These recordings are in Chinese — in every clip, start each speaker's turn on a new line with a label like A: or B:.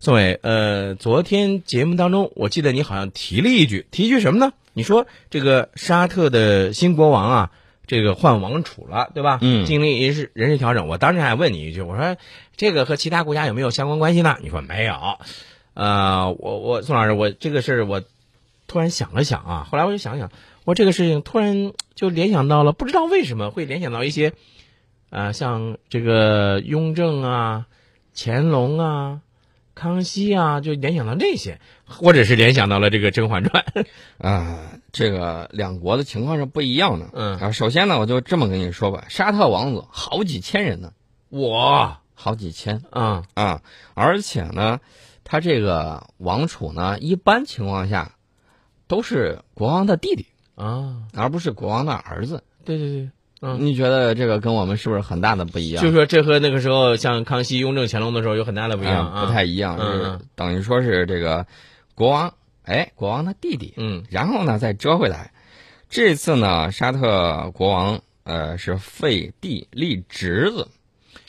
A: 宋伟，呃，昨天节目当中，我记得你好像提了一句，提一句什么呢？你说这个沙特的新国王啊，这个换王储了，对吧？
B: 嗯
A: 经历人事人事调整，我当时还问你一句，我说这个和其他国家有没有相关关系呢？你说没有。呃，我我宋老师，我这个事儿我突然想了想啊，后来我就想想，我这个事情突然就联想到了，不知道为什么会联想到一些，呃，像这个雍正啊、乾隆啊、康熙啊，就联想到这些，或者是联想到了这个《甄嬛传》。
B: 啊，这个两国的情况是不一样的。
A: 嗯
B: 啊，首先呢，我就这么跟你说吧，沙特王子好几千人呢，
A: 我，
B: 好几千
A: 嗯
B: 啊，而且呢，他这个王储呢，一般情况下都是国王的弟弟，
A: 啊，
B: 而不是国王的儿子。
A: 对对对，嗯
B: 你觉得这个跟我们是不是很大的不一样？
A: 就说这和那个时候像康熙、雍正、乾隆的时候有很大的不
B: 不
A: 一样啊，
B: 不太一
A: 嗯
B: 样，就是
A: 嗯
B: 等于说是这个国王，哎，国王的弟弟，
A: 嗯
B: 然后呢再折回来。这次呢，沙特国王呃是废帝立侄子，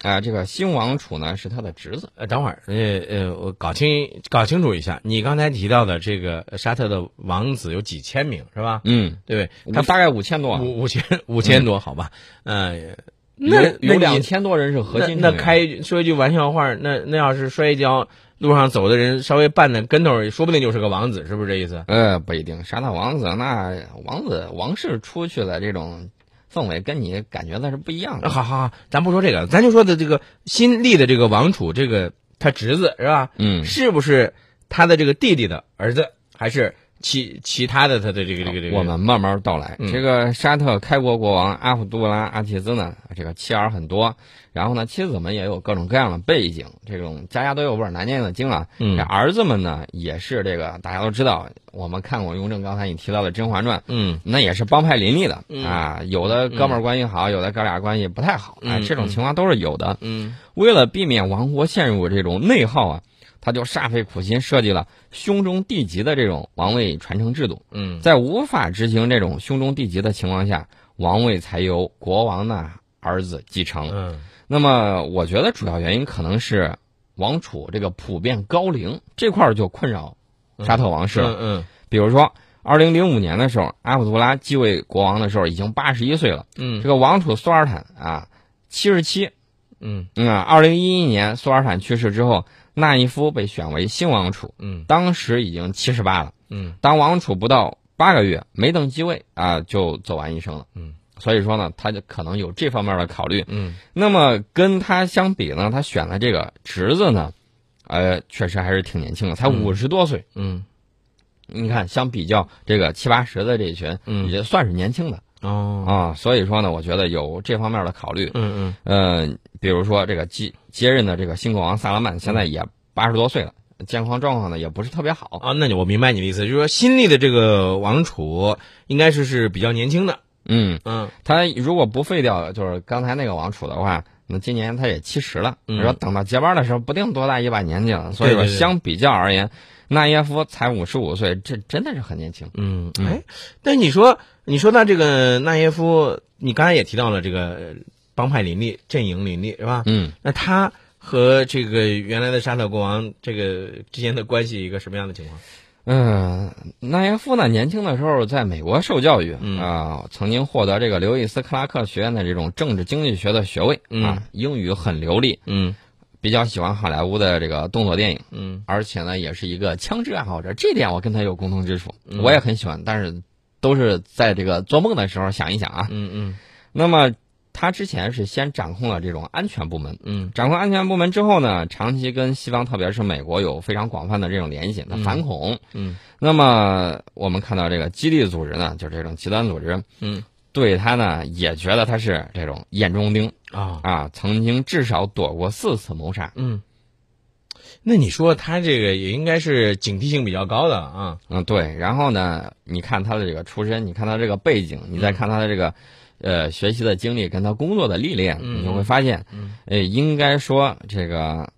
B: 啊、这个新王储呢是他的侄子。
A: 呃，等会儿，呃呃，我搞清搞清楚一下，你刚才提到的这个沙特的王子有几千名是吧？
B: 嗯，
A: 对不对？
B: 他
A: 他
B: 大概五千多啊，
A: 五五千五千多，好吧？嗯、那
B: 有有
A: 那
B: 两
A: 你
B: 千多人是核心
A: 那那
B: 成员
A: 开一句说一句玩笑话，那那要是摔一跤，路上走的人稍微绊点跟头儿，说不定就是个王子，是不是这意思？
B: 呃不一定，沙特王子那王子王室出去的这种氛围跟你感觉那是不一样的。
A: 好好好，咱不说这个，咱就说的这个新立的这个王储，这个他侄子是吧？
B: 嗯，
A: 是不是他的这个弟弟的儿子，还是其其他的他的这个这个这个？
B: 我们慢慢道来。
A: 嗯
B: 这个沙特开国国王阿卜杜拉阿提兹呢，这个妻儿很多，然后呢，妻子们也有各种各样的背景，这种家家都有本难念的经啊。
A: 嗯
B: 这儿子们呢，也是这个大家都知道，我们看过雍正刚才你提到的《甄嬛传》。
A: 嗯
B: 那也是帮派林立的、
A: 嗯
B: 啊，有的哥们儿关系好，有的哥俩关系不太好，啊，
A: 嗯
B: 这种情况都是有的。
A: 嗯
B: 为了避免王国陷入这种内耗啊，他就煞费苦心设计了兄终弟及的这种王位传承制度。
A: 嗯
B: 在无法执行这种兄终弟及的情况下，王位才由国王的儿子继承。
A: 嗯
B: 那么，我觉得主要原因可能是王储这个普遍高龄这块儿就困扰沙特王室了。
A: 嗯
B: 比如说，二零零五年的时候，阿卜杜拉继位国王的时候已经八十一岁了，
A: 嗯
B: 这个王储苏尔坦啊七十七。
A: 嗯
B: 嗯，二零一一年苏尔坦去世之后，纳伊夫被选为新王储，
A: 嗯
B: 当时已经七十八了。
A: 嗯
B: 当王储不到八个月，没等继位啊，就走完一生了。
A: 嗯，
B: 所以说呢，他就可能有这方面的考虑。
A: 嗯
B: 那么跟他相比呢，他选的这个侄子呢，呃，确实还是挺年轻的，才
A: 嗯
B: 五十多岁。
A: 嗯
B: 你看，相比较这个七八十的这一群，
A: 嗯
B: 也算是年轻的
A: 哦
B: 啊。所以说呢，我觉得有这方面的考虑。
A: 嗯
B: 嗯、比如说这个继接任的这个新国王萨拉曼，现在也八十多岁了，健康状况呢也不是特别好
A: 嗯。啊，那你我明白你的意思，就是说新立的这个王储应该是是比较年轻的，
B: 嗯，
A: 嗯
B: 他如果不废掉就是刚才那个王储的话，那今年他也七十了。
A: 嗯
B: 你说等到接班的时候，不定多大一把年纪了。所
A: 对
B: 以说，
A: 对对
B: 相比较而言，纳耶夫才五十五岁，这真的是很年轻。
A: 嗯，哎，但你说你说到这个纳耶夫，你刚才也提到了这个帮派林立、阵营林立是吧？
B: 嗯，
A: 那他和这个原来的沙特国王这个之间的关系一个什么样的情况？
B: 嗯，纳耶夫呢，年轻的时候在美国受教育啊、
A: 嗯
B: 曾经获得这个刘易斯克拉克学院的这种政治经济学的学位、
A: 嗯
B: 啊，英语很流利，
A: 嗯
B: 比较喜欢好莱坞的这个动作电影。
A: 嗯
B: 而且呢，也是一个枪支爱好者，这点我跟他有共同之处，
A: 嗯
B: 我也很喜欢，但是都是在这个做梦的时候想一想啊。
A: 嗯嗯
B: 那么他之前是先掌控了这种安全部门，
A: 嗯
B: 掌控安全部门之后呢，长期跟西方，特别是美国有非常广泛的这种联系，那
A: 嗯
B: 反恐。
A: 嗯
B: 那么我们看到这个基地组织呢，就是这种极端组织，
A: 嗯
B: 对他呢也觉得他是这种眼中钉
A: 啊
B: 啊，曾经至少躲过四次谋杀。
A: 嗯，那你说他这个也应该是警惕性比较高的啊。
B: 嗯，对。然后呢，你看他的这个出身，你看他这个背景，你
A: 嗯
B: 再看他的这个，呃，学习的经历跟他工作的历练，
A: 嗯
B: 你就会发现，
A: 嗯
B: 呃，应该说这个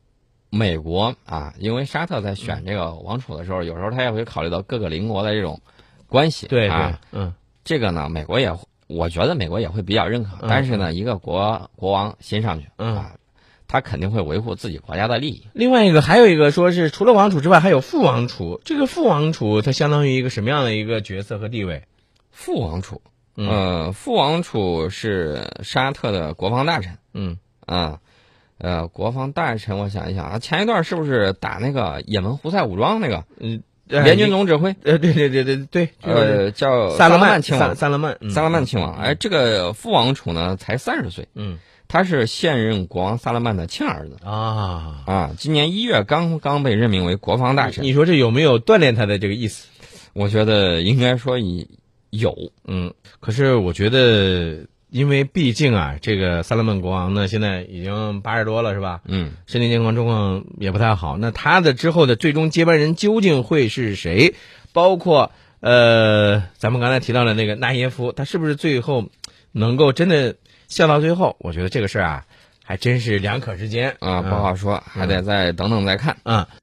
B: 美国啊，因为沙特在
A: 嗯
B: 选这个王储的时候，有时候他也会考虑到各个邻国的这种关系。
A: 对对
B: 啊，，
A: 嗯
B: 这个呢，美国也会，我觉得美国也会比较认可。
A: 嗯
B: 但是呢，一个国国王新上去
A: 嗯
B: 啊，他肯定会维护自己国家的利益。
A: 另外一个还有一个说是除了王储之外还有副王储，这个副王储他相当于一个什么样的一个角色和地位？
B: 副王储，
A: 嗯
B: 呃，副王储是沙特的国防大臣
A: 嗯，
B: 啊，呃，国防大臣，我想一想啊，前一段是不是打那个也门胡塞武装那个联军
A: 总
B: 总指挥？
A: 呃对对对对对，就是
B: 呃，叫
A: 萨
B: 勒
A: 勒曼
B: 亲
A: 萨
B: 王，
A: 萨勒曼嗯
B: 萨勒曼亲王。哎，这个副王储呢才三十岁，
A: 嗯
B: 他是现任国王萨勒曼的亲儿子
A: 啊，
B: 啊，今年一月刚刚被任命为国防大臣。
A: 你说这有没有锻炼他的这个意思？
B: 我觉得应该说以有，
A: 嗯，可是我觉得，因为毕竟啊，这个萨勒曼国王呢，现在已经八十多了，是吧？
B: 嗯，
A: 身体健康状况也不太好。那他的之后的最终接班人究竟会是谁？包括呃，咱们刚才提到的那个纳耶夫，他是不是最后能够真的笑到最后？我觉得这个事儿啊，还真是两可之间
B: 啊，不
A: 嗯
B: 好说，还得再等等再看。
A: 嗯